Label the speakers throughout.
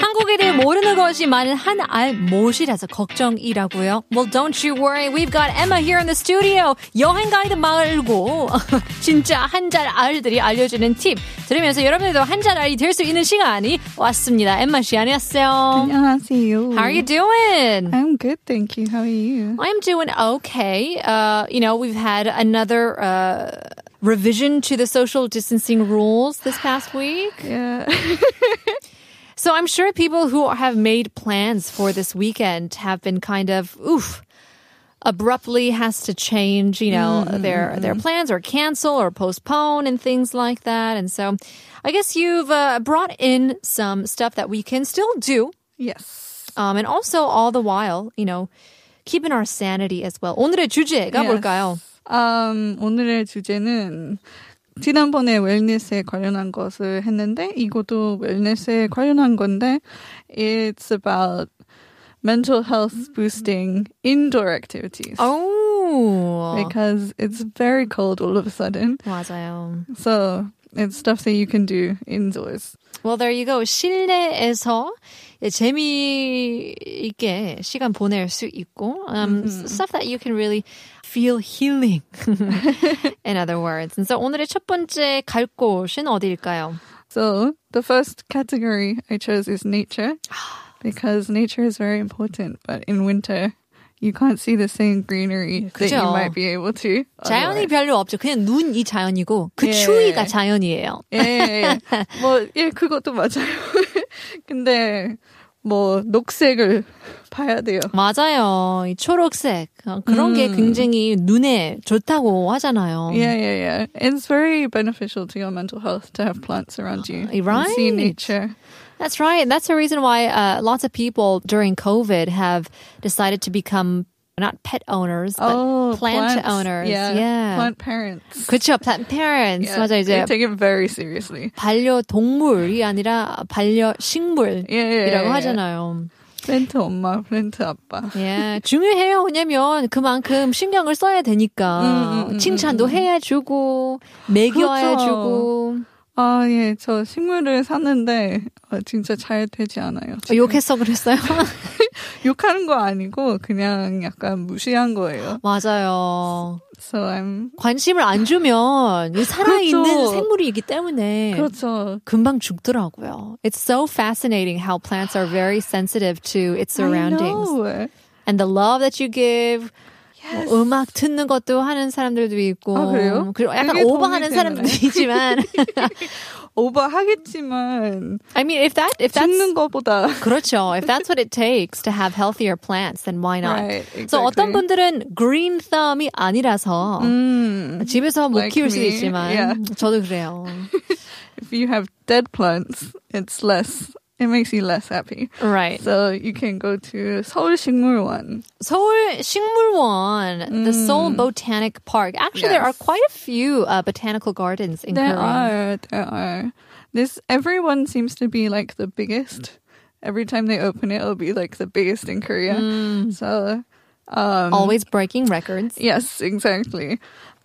Speaker 1: 한국에 대해 모르는 것이 많은 한알 못이라서 걱정이라고요. Well, don't you worry. We've got Emma here in the studio. 여행 가이드 말고 진짜 한잘 알들이 알려주는 팁 들으면서 여러분들도 한잘 알이 될 수 있는 시간이 왔습니다. 엠마 씨, 안녕하세요.
Speaker 2: 안녕하세요.
Speaker 1: How are you doing?
Speaker 2: I'm good, thank you. How are you?
Speaker 1: I'm Um, doing okay. Uh, you know, we've had another uh, revision to the social distancing rules this past week.
Speaker 2: Yeah.
Speaker 1: So I'm sure people who have made plans for this weekend have been kind of oof abruptly has to change, you know, their their plans or cancel or postpone and things like that. And so I guess you've uh, brought in some stuff that we can still do
Speaker 2: Yes.
Speaker 1: um, and also all the while, you know, keeping our sanity as well. 오늘의 주제가
Speaker 2: Yes.
Speaker 1: 뭘까요?
Speaker 2: Um, 오늘의 주제는 지난번에 웰니스에 관련한 것을 했는데 이것도 웰니스에 관련한 건데 it's about mental health boosting indoor activities. 네,
Speaker 1: Oh.
Speaker 2: Because it's very cold all of a sudden.
Speaker 1: 맞아요.
Speaker 2: So it's stuff that you can do indoors.
Speaker 1: Well, there you go. 실내에서 재미있게 시간 보낼 수 있고, um, stuff that you can really feel healing. In other words. And so 오늘의 첫 번째 갈 곳은 어디일까요?
Speaker 2: So the first category I chose is nature because nature is very important. But in winter, you can't see the same greenery that you
Speaker 1: 그죠.
Speaker 2: might be able to.
Speaker 1: 자연이
Speaker 2: otherwise.
Speaker 1: 별로 없죠. 그냥 눈이 자연이고 그
Speaker 2: 예.
Speaker 1: 추위가 자연이에요.
Speaker 2: 예, 뭐, 예, 그것도 맞아요. 근데 뭐 녹색을 봐야 돼요.
Speaker 1: 맞아요. 이 초록색 어, 그런 게
Speaker 2: 음.
Speaker 1: 굉장히 눈에 좋다고 하잖아요.
Speaker 2: Yeah, yeah, yeah. It's very beneficial to your mental health to have plants around you. And see
Speaker 1: Right.
Speaker 2: nature.
Speaker 1: That's right. That's the reason why uh, lots of people during COVID have decided to become not pet owners, but plant
Speaker 2: Oh, plants.
Speaker 1: owners.
Speaker 2: Yeah.
Speaker 1: yeah.
Speaker 2: Plant parents.
Speaker 1: 그렇죠. plant parents.
Speaker 2: Yeah,
Speaker 1: 맞아
Speaker 2: they
Speaker 1: 이제
Speaker 2: take it very seriously.
Speaker 1: 반려동물이 아니라 반려식물이라고
Speaker 2: 예, 예, 예.
Speaker 1: 하잖아요.
Speaker 2: 플랜트 엄마, 플랜트 아빠.
Speaker 1: 예, 중요해요. 왜냐면 그만큼 신경을 써야 되니까
Speaker 2: 음, 음, 음,
Speaker 1: 칭찬도 해야 주고 먹여야
Speaker 2: 그렇죠.
Speaker 1: 주고
Speaker 2: 아, 예, 저 식물을 샀는데 어, 진짜 잘 되지 않아요.
Speaker 1: 어, 욕했어 그랬어요.
Speaker 2: 네. 욕하는 거 아니고 그냥 약간 무시한 거예요.
Speaker 1: 맞아요.
Speaker 2: So I'm
Speaker 1: 관심을 안 주면 이 살아있는
Speaker 2: 그렇죠.
Speaker 1: 생물이기 때문에
Speaker 2: 그렇죠.
Speaker 1: 금방 죽더라고요. It's so fascinating how plants are very sensitive to its
Speaker 2: I
Speaker 1: surroundings
Speaker 2: know.
Speaker 1: and the love that you give. 뭐
Speaker 2: Yes.
Speaker 1: 음악 듣는 것도 하는 사람들도 있고,
Speaker 2: 아, 그래요?
Speaker 1: 리고 약간
Speaker 2: 그게 도움이
Speaker 1: 오버하는
Speaker 2: 되나요?
Speaker 1: 사람도 있지만,
Speaker 2: 오버하겠지만
Speaker 1: I mean, if that if that's
Speaker 2: 죽는 거보다
Speaker 1: 그렇죠, if that's what it takes to have healthier plants, then why not?
Speaker 2: right. Exactly.
Speaker 1: 그래서 어떤 분들은 green thumb이 아니라서
Speaker 2: 음,
Speaker 1: 집에서 못
Speaker 2: Like
Speaker 1: 키울 수도
Speaker 2: me.
Speaker 1: 있지만
Speaker 2: Yeah.
Speaker 1: 저도 그래요.
Speaker 2: if you have dead plants, it's less. It makes you less happy.
Speaker 1: Right.
Speaker 2: So you can go to 서울식물원.
Speaker 1: 서울 식물원, the Seoul Botanic Park. Actually, there are
Speaker 2: Yes.
Speaker 1: quite a few uh, botanical gardens in
Speaker 2: There
Speaker 1: Korea.
Speaker 2: are, there are. This everyone seems to be like the biggest. Every time they open it, it'll be like the biggest in Korea.
Speaker 1: Hmm.
Speaker 2: So, um,
Speaker 1: Always breaking records.
Speaker 2: yes, exactly.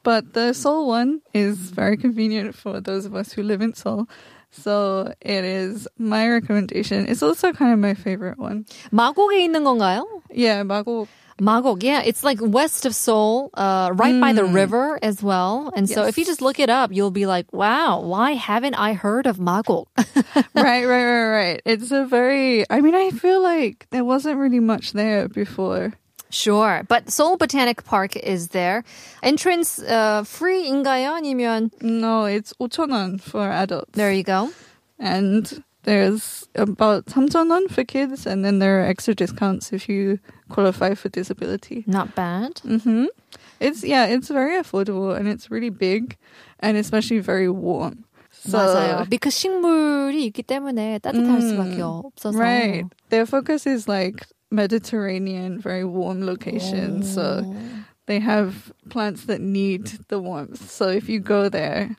Speaker 2: But the Seoul one is very convenient for those of us who live in Seoul. So it is my recommendation. It's also kind of my favorite one.
Speaker 1: 마곡에 있는 건가요?
Speaker 2: Yeah, 마곡.
Speaker 1: 마곡, yeah, it's like west of Seoul, uh, right by the river as well. And so, if you
Speaker 2: Yes.
Speaker 1: just look it up, you'll be like, "Wow, why haven't I heard of Magog?"
Speaker 2: right, right, right, right. It's a very. I mean, I feel like there wasn't really much there before.
Speaker 1: sure, but Seoul Botanic Park is there. Entrance uh, free인가요? 아니면
Speaker 2: No, it's 5,000 for adults.
Speaker 1: there you go.
Speaker 2: and there's about samjeonon for kids, and then there are extra discounts if you qualify for disability.
Speaker 1: Not bad.
Speaker 2: hmm It's yeah, it's very affordable and it's really big, and especially very warm. So
Speaker 1: 맞아요. because 식물이 있기 때문에 따뜻할
Speaker 2: 음,
Speaker 1: 수밖에 없어서.
Speaker 2: right, their focus is like Mediterranean, very warm locations. So they have plants that need the warmth. So if you go there,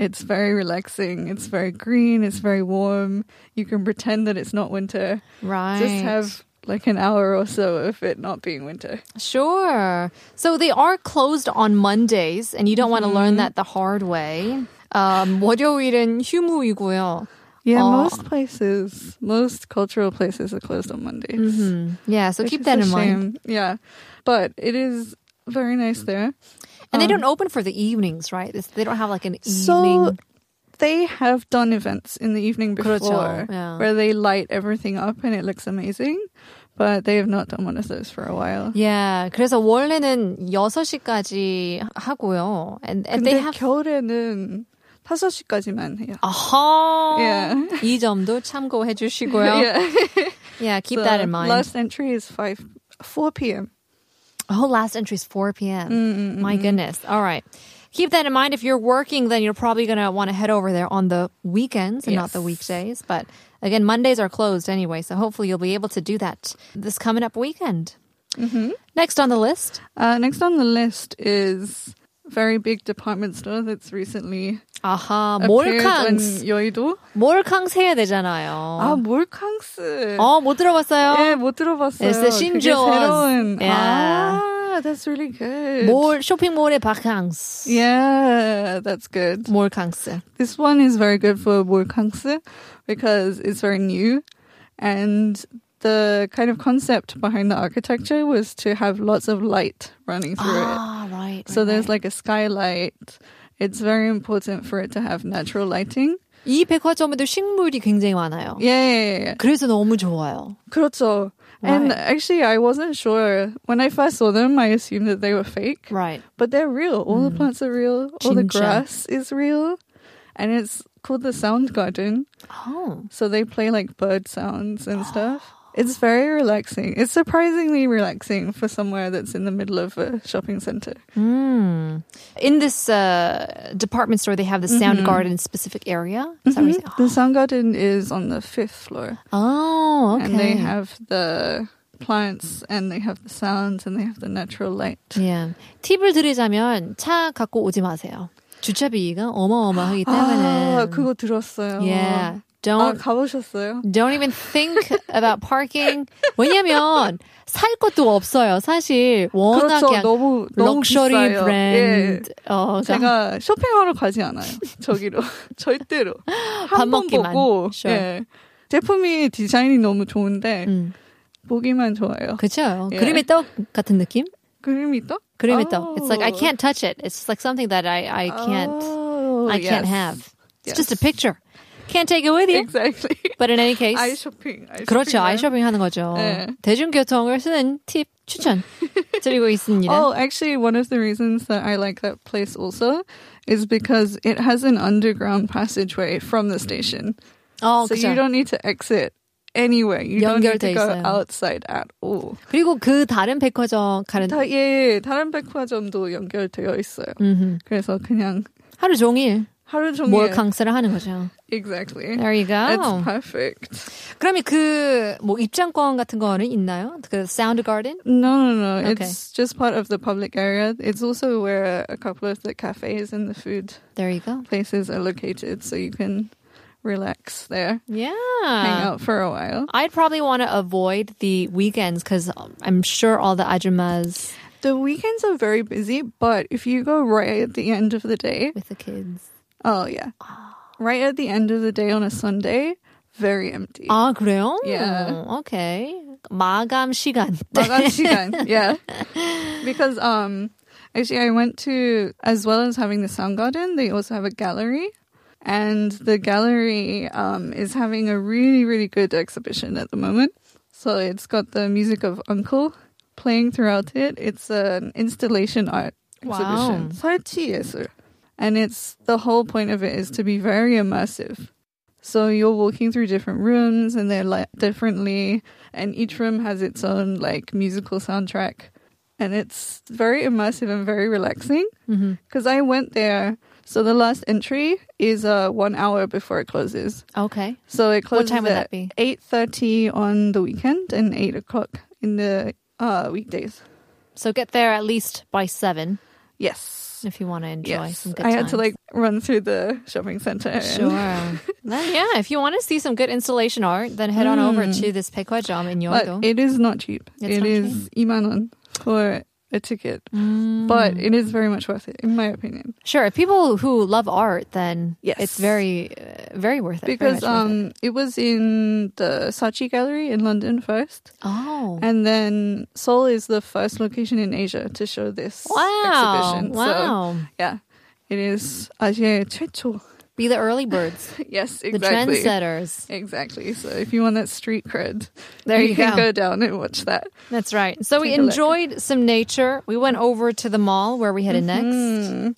Speaker 2: It's very relaxing. It's very green. It's very warm. You can pretend that it's not winter.
Speaker 1: Right.
Speaker 2: Just have like an hour or so of it not being winter.
Speaker 1: Sure. So they are closed on Mondays, and you don't want
Speaker 2: Mm-hmm.
Speaker 1: to learn that the hard way. Um, 월요일은 휴무이고요.
Speaker 2: Yeah,
Speaker 1: Oh.
Speaker 2: most places, most cultural places are closed on Mondays.
Speaker 1: Mhm. Yeah, so
Speaker 2: which
Speaker 1: keep
Speaker 2: is
Speaker 1: that in
Speaker 2: a
Speaker 1: mind.
Speaker 2: shame. Yeah, but it is very nice there.
Speaker 1: And they
Speaker 2: Um,
Speaker 1: don't open for the evenings, right? It's, they don't have like an
Speaker 2: So,
Speaker 1: evening.
Speaker 2: They have done events in the evening before
Speaker 1: 그렇죠. Yeah.
Speaker 2: where they light everything up and it looks amazing, but they have not done one of those for a while.
Speaker 1: yeah. 그래서 원래는 6시까지 하고요. And, and they
Speaker 2: 근데
Speaker 1: have
Speaker 2: 겨울에는 5시까지만 해요.
Speaker 1: 아하.
Speaker 2: Yeah.
Speaker 1: 이 점도 참고해 주시고요.
Speaker 2: yeah.
Speaker 1: Yeah, keep
Speaker 2: The
Speaker 1: that in mind.
Speaker 2: Last entry is 5 4 p.m.
Speaker 1: Oh, last entry is 4
Speaker 2: Mm,
Speaker 1: p.m. My goodness. All right. Keep that in mind. If you're working, then you're probably going to want to head over there on the weekends and not the weekdays. But again, Mondays are closed anyway, so hopefully you'll be able to do that this coming up weekend.
Speaker 2: Mm-hmm.
Speaker 1: Next on the list.
Speaker 2: Uh, next on the list is very big department store that's recently
Speaker 1: 아하,
Speaker 2: appeared on
Speaker 1: 몰캉스.
Speaker 2: 여의도.
Speaker 1: 몰캉스 해야
Speaker 2: 아,
Speaker 1: 되잖아요.
Speaker 2: 몰캉스.
Speaker 1: 어, 못 들어봤어요?
Speaker 2: 예, 못 Ah, 들어봤어요.
Speaker 1: Oh. It's the
Speaker 2: 그게
Speaker 1: Shinjo's.
Speaker 2: 새로운.
Speaker 1: Yeah.
Speaker 2: 아, that's really good.
Speaker 1: 몰, 쇼핑몰의 바캉스.
Speaker 2: 예. Yeah, that's good.
Speaker 1: 몰캉스.
Speaker 2: This one is very good for Wukangse because it's very new and the kind of concept behind the architecture was to have lots of light running through it.
Speaker 1: Ah, right.
Speaker 2: So
Speaker 1: right,
Speaker 2: there's
Speaker 1: right.
Speaker 2: like a skylight. It's very important for it to have natural lighting.
Speaker 1: 이 백화점에도 식물이 굉장히 많아요.
Speaker 2: Yeah, yeah, yeah, yeah.
Speaker 1: 그래서 너무 좋아요.
Speaker 2: 그렇죠. And
Speaker 1: Right.
Speaker 2: actually, I wasn't sure. When I first saw them, I assumed that they were fake.
Speaker 1: Right. Mm.
Speaker 2: But they're real. All the plants are real. All the
Speaker 1: Jinja.
Speaker 2: grass is real. And it's called the Sound Garden.
Speaker 1: Oh.
Speaker 2: So they play like bird sounds and stuff. It's very relaxing. It's surprisingly relaxing for somewhere that's in the middle of a shopping center.
Speaker 1: Mm. In this uh, department store, they have the sound
Speaker 2: Mm-hmm.
Speaker 1: garden specific area. Is that what you said?
Speaker 2: The Sound Garden is on the fifth floor.
Speaker 1: Oh, okay.
Speaker 2: And they have the plants and they have the sounds and they have the natural light.
Speaker 1: yeah. 팁을 드리자면 차 갖고 오지 마세요. 주차비가 어마어마하기 때문에.
Speaker 2: 아, 그거 들었어요.
Speaker 1: Yeah.
Speaker 2: 아,
Speaker 1: Don't
Speaker 2: 가보셨어요?
Speaker 1: don't even think about parking. 왜냐면 살 것도 없어요. 사실 워낙
Speaker 2: 그렇죠.
Speaker 1: 그냥
Speaker 2: 너무 너무
Speaker 1: 럭셔리
Speaker 2: 비싸요. 예.
Speaker 1: 브랜드. 어, 그러니까
Speaker 2: 제가 쇼핑하러 가지 않아요. 저기로 절대로
Speaker 1: 밥
Speaker 2: 한 번
Speaker 1: 먹기만.
Speaker 2: 보고
Speaker 1: Sure.
Speaker 2: 예. 제품이 디자인이 너무 좋은데
Speaker 1: 음,
Speaker 2: 보기만 좋아요.
Speaker 1: 그렇죠.
Speaker 2: 예.
Speaker 1: 그림의 떡 같은 느낌?
Speaker 2: 그림이 또?
Speaker 1: 그림의 떡. It's like I
Speaker 2: Oh.
Speaker 1: can't touch it. It's like something that I I can't.
Speaker 2: 아. Oh,
Speaker 1: I can't
Speaker 2: yes.
Speaker 1: have. It's
Speaker 2: Yes.
Speaker 1: just a picture. Can't take it with you.
Speaker 2: Exactly.
Speaker 1: But in any case,
Speaker 2: 아이 쇼핑. 아이
Speaker 1: 그렇죠.
Speaker 2: 쇼핑이요.
Speaker 1: 아이쇼핑 하는 거죠.
Speaker 2: 네.
Speaker 1: 대중교통을 쓰는 팁 추천 드리고 있습니다.
Speaker 2: Oh, actually, one of the reasons that I like that place also is because it has an underground passageway from the station.
Speaker 1: 어,
Speaker 2: so
Speaker 1: 그죠.
Speaker 2: you don't need to exit anywhere. You don't need
Speaker 1: 연결돼
Speaker 2: to go
Speaker 1: 있어요.
Speaker 2: outside at all.
Speaker 1: 그리고 그 다른 백화점 가는
Speaker 2: 다, 예, 예. 다른 백화점도 연결되어 있어요.
Speaker 1: 음흠.
Speaker 2: 그래서 그냥
Speaker 1: 하루 종일
Speaker 2: 하루 종일
Speaker 1: 몰캉스를 하는 거죠.
Speaker 2: exactly.
Speaker 1: There you
Speaker 2: It's
Speaker 1: go.
Speaker 2: perfect.
Speaker 1: 그러면 그 뭐 입장권 같은 거는 있나요? 그 사운드 가든?
Speaker 2: No, no, no.
Speaker 1: Okay.
Speaker 2: It's just part of the public area. It's also where a couple of the cafes and the food
Speaker 1: There you go.
Speaker 2: places are located, so you can relax there,
Speaker 1: Yeah.
Speaker 2: hang out for a while.
Speaker 1: I'd probably want to avoid the weekends because I'm sure all the ajumas
Speaker 2: The weekends are very busy, but if you go right at the end of the day,
Speaker 1: with the kids.
Speaker 2: oh yeah, right at the end of the day on a Sunday, very empty.
Speaker 1: 아 그래요?
Speaker 2: Yeah.
Speaker 1: Okay. 마감 시간.
Speaker 2: 마감 시간. Yeah. Because um actually I went to as well as having the sound garden, they also have a gallery. And the gallery um is having a really, really good exhibition at the moment. So it's got the music of Uncle playing throughout it. It's an installation art
Speaker 1: Wow.
Speaker 2: exhibition. 설치예술. And it's the whole point of it is to be very immersive. So you're walking through different rooms and they're lit differently, and each room has its own like musical soundtrack. And it's very immersive and very relaxing
Speaker 1: Mhm.
Speaker 2: because I went there. So the last entry is uh, one hour before it closes.
Speaker 1: Okay.
Speaker 2: So it
Speaker 1: What
Speaker 2: closes
Speaker 1: time would
Speaker 2: at
Speaker 1: that be?
Speaker 2: eight thirty on the weekend and eight o'clock in the uh, weekdays.
Speaker 1: So get there at least by seven.
Speaker 2: Yes.
Speaker 1: if you want to enjoy
Speaker 2: Yes.
Speaker 1: some good
Speaker 2: I had to
Speaker 1: times.
Speaker 2: like run through the shopping center. and-
Speaker 1: Sure. Then, yeah, if you want to see some good installation art, then head on over to this Pekwajam in Yoigo.
Speaker 2: Mm. But it is not cheap.
Speaker 1: It's
Speaker 2: It
Speaker 1: not
Speaker 2: is imanon for a ticket, but
Speaker 1: Mm.
Speaker 2: it is very much worth it, in my opinion,
Speaker 1: Sure, if people who love art, then
Speaker 2: Yes.
Speaker 1: it's very, uh, very worth it. very
Speaker 2: because
Speaker 1: much worth it.
Speaker 2: um, it. was in the Saatchi Gallery in London first,
Speaker 1: oh,
Speaker 2: and then Seoul is the first location in Asia to show this
Speaker 1: wow,
Speaker 2: exhibition. So,
Speaker 1: wow,
Speaker 2: yeah, it is Asia 최초.
Speaker 1: be the early birds,
Speaker 2: Yes,
Speaker 1: the
Speaker 2: exactly.
Speaker 1: trendsetters.
Speaker 2: Exactly. So if you want that street cred,
Speaker 1: There you
Speaker 2: can
Speaker 1: go.
Speaker 2: go down and watch that.
Speaker 1: That's right. So we
Speaker 2: Take a look.
Speaker 1: enjoyed some nature. We went over to the mall where we headed next.
Speaker 2: Mm-hmm.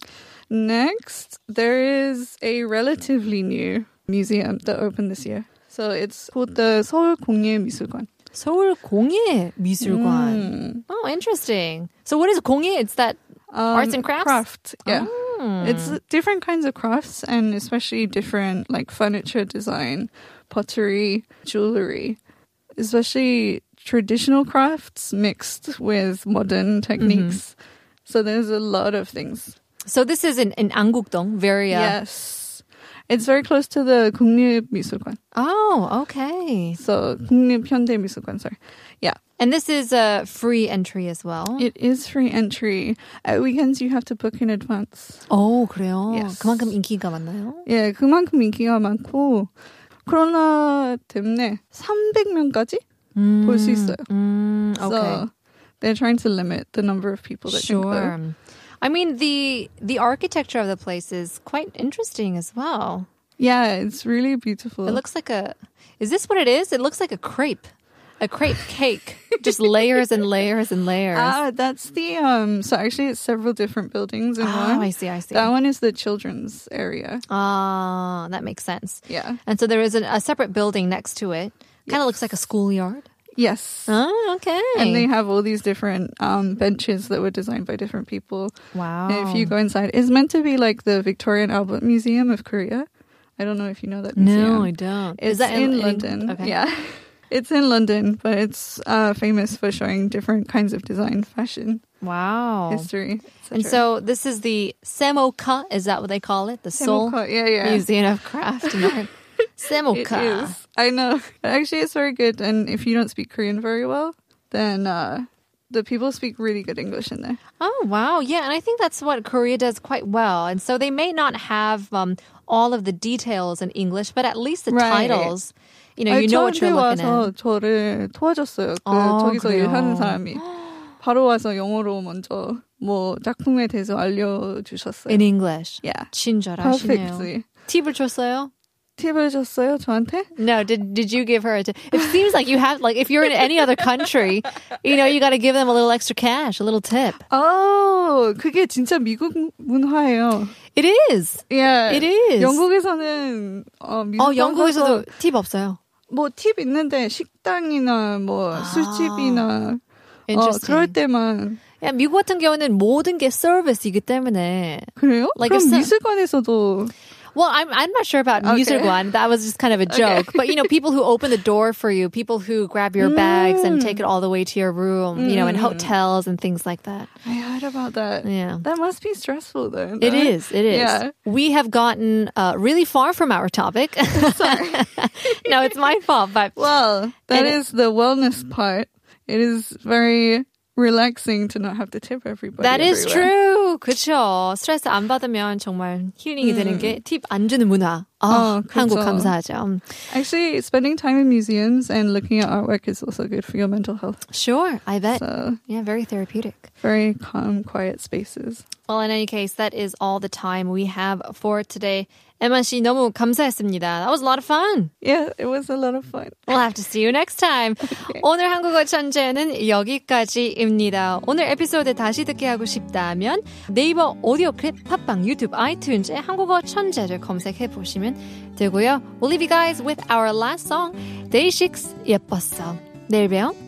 Speaker 2: Next, there is a relatively new museum that opened this year. So it's called the Seoul 공예미술관.
Speaker 1: 서울 공예 미술관.
Speaker 2: Mm.
Speaker 1: Oh, interesting. So what is 공예? It's that Arts and crafts? Oh.
Speaker 2: Um, Craft, yeah. It's different kinds of crafts and especially different like furniture design, pottery, jewelry, especially traditional crafts mixed with modern
Speaker 1: Mm-hmm.
Speaker 2: techniques. So there's a lot of things.
Speaker 1: so this is in in Angukdong, very uh,
Speaker 2: Yes. It's very close to the 국립미술관.
Speaker 1: Oh, okay.
Speaker 2: So 국립현대미술관, sorry. Yeah.
Speaker 1: And this is a uh, free entry as well.
Speaker 2: It is free entry. At weekends, you have to book in advance.
Speaker 1: 오, Oh, 그래요.
Speaker 2: Yes.
Speaker 1: 그만큼 인기가 많나요?
Speaker 2: 예, 그만큼 인기가 많고 코로나 때문에 300명까지 볼 수 있어요.
Speaker 1: 음, okay.
Speaker 2: So they're trying to limit the number of people that can go.
Speaker 1: sure. I mean the the architecture of the place is quite interesting as well.
Speaker 2: Yeah, it's really beautiful.
Speaker 1: It looks like a Is this what it is? It looks like a crepe. A crepe cake. Just layers and layers and layers.
Speaker 2: ah, that's the um. So actually, it's several different buildings in
Speaker 1: oh,
Speaker 2: one.
Speaker 1: I see, I see.
Speaker 2: That one is the children's area.
Speaker 1: Ah, that makes sense.
Speaker 2: Yeah.
Speaker 1: And so there is a, a separate building next to it. Kind of looks like a schoolyard.
Speaker 2: Yes.
Speaker 1: Oh, okay.
Speaker 2: And they have all these different um, benches that were designed by different people.
Speaker 1: wow.
Speaker 2: And if you go inside, it's meant to be like the Victorian Albert Museum of Korea. I don't know if you know that museum.
Speaker 1: No, I don't.
Speaker 2: It's in, London.
Speaker 1: Okay.
Speaker 2: Yeah. It's in London, but it's uh, famous for showing different kinds of design, fashion,
Speaker 1: Wow.
Speaker 2: history. etc.
Speaker 1: Oh. And so this is the Semoka, is that what they call it? The Seoul
Speaker 2: Semoka, yeah, yeah.
Speaker 1: Museum of Craft and Art.
Speaker 2: It
Speaker 1: Semoka.
Speaker 2: is. I know. Actually, it's very good. And if you don't speak Korean very well, then uh, the people speak really good English in there.
Speaker 1: Oh wow, yeah, and I think that's what Korea does quite well. And so they may not have um, all of the details in English, but at least the
Speaker 2: Right.
Speaker 1: titles, you know, 네, you know what you're looking
Speaker 2: 와서
Speaker 1: at.
Speaker 2: 저를 도와줬어요. 그
Speaker 1: 아,
Speaker 2: 저기서
Speaker 1: 그래요?
Speaker 2: 일하는 사람이 바로 와서 영어로 먼저 뭐 작품에 대해서 알려주셨어요.
Speaker 1: In English.
Speaker 2: Yeah,
Speaker 1: 친절하시네요.
Speaker 2: perfectly.
Speaker 1: 팁을 줬어요?
Speaker 2: 팁을 줬어요 저한테?
Speaker 1: No, did did you give her a tip? It seems like you have like if you're in any other country, you know, you got to give them a little extra cash, a little tip.
Speaker 2: 어, 그게 진짜 미국 문화예요.
Speaker 1: It is.
Speaker 2: Yeah.
Speaker 1: It is.
Speaker 2: 영국에서는 어, 미국
Speaker 1: 어, 영국에서도 팁 없어요.
Speaker 2: 뭐팁 있는데 식당이나 뭐 술집이나 어,
Speaker 1: 아. Interesting.
Speaker 2: 그럴 때만
Speaker 1: 야, 미국 같은 경우는 모든 게 서비스이기 때문에.
Speaker 2: 그래요?
Speaker 1: Like
Speaker 2: 그럼
Speaker 1: it's a-
Speaker 2: 미술관에서도
Speaker 1: Well, I'm I'm not sure about
Speaker 2: Okay.
Speaker 1: 미술관. That was just kind of a joke. But you know, people who open the door for you, people who grab your bags and take it all the way to your room, you know, in hotels and things like that.
Speaker 2: I heard about that.
Speaker 1: Yeah.
Speaker 2: That must be stressful though.
Speaker 1: It is. It is.
Speaker 2: Yeah.
Speaker 1: We have gotten uh, really far from our topic. Sorry. no, it's my fault. But
Speaker 2: Well, that
Speaker 1: And Mm. it-
Speaker 2: is the wellness part. It is very relaxing to not have to tip everybody.
Speaker 1: that is
Speaker 2: everywhere.
Speaker 1: true. 그렇죠. 스트레스 안 받으면 정말 힐링이 되는 게 팁 안 주는 문화. 아,
Speaker 2: 어,
Speaker 1: 한국
Speaker 2: 그렇죠.
Speaker 1: 감사하죠.
Speaker 2: Actually, spending time in museums and looking at artwork is also good for your mental health.
Speaker 1: Sure, I bet.
Speaker 2: So,
Speaker 1: Yeah, very therapeutic.
Speaker 2: very calm, quiet spaces.
Speaker 1: Well, in any case, that is all the time we have for today. Emma 씨 너무 감사했습니다. That was a lot of fun.
Speaker 2: Yeah, it was a lot of fun.
Speaker 1: We'll have to see you next time. 오늘 한국어 천재는 여기까지입니다. 오늘 에피소드 다시 듣게 하고 싶다면 네이버 오디오 클립, 팟빵, 유튜브, 아이튠즈에 한국어 천재를 검색해 보시면 되고요. We'll leave you guys with our last song, Day 6 예뻤어. 내일 봬요.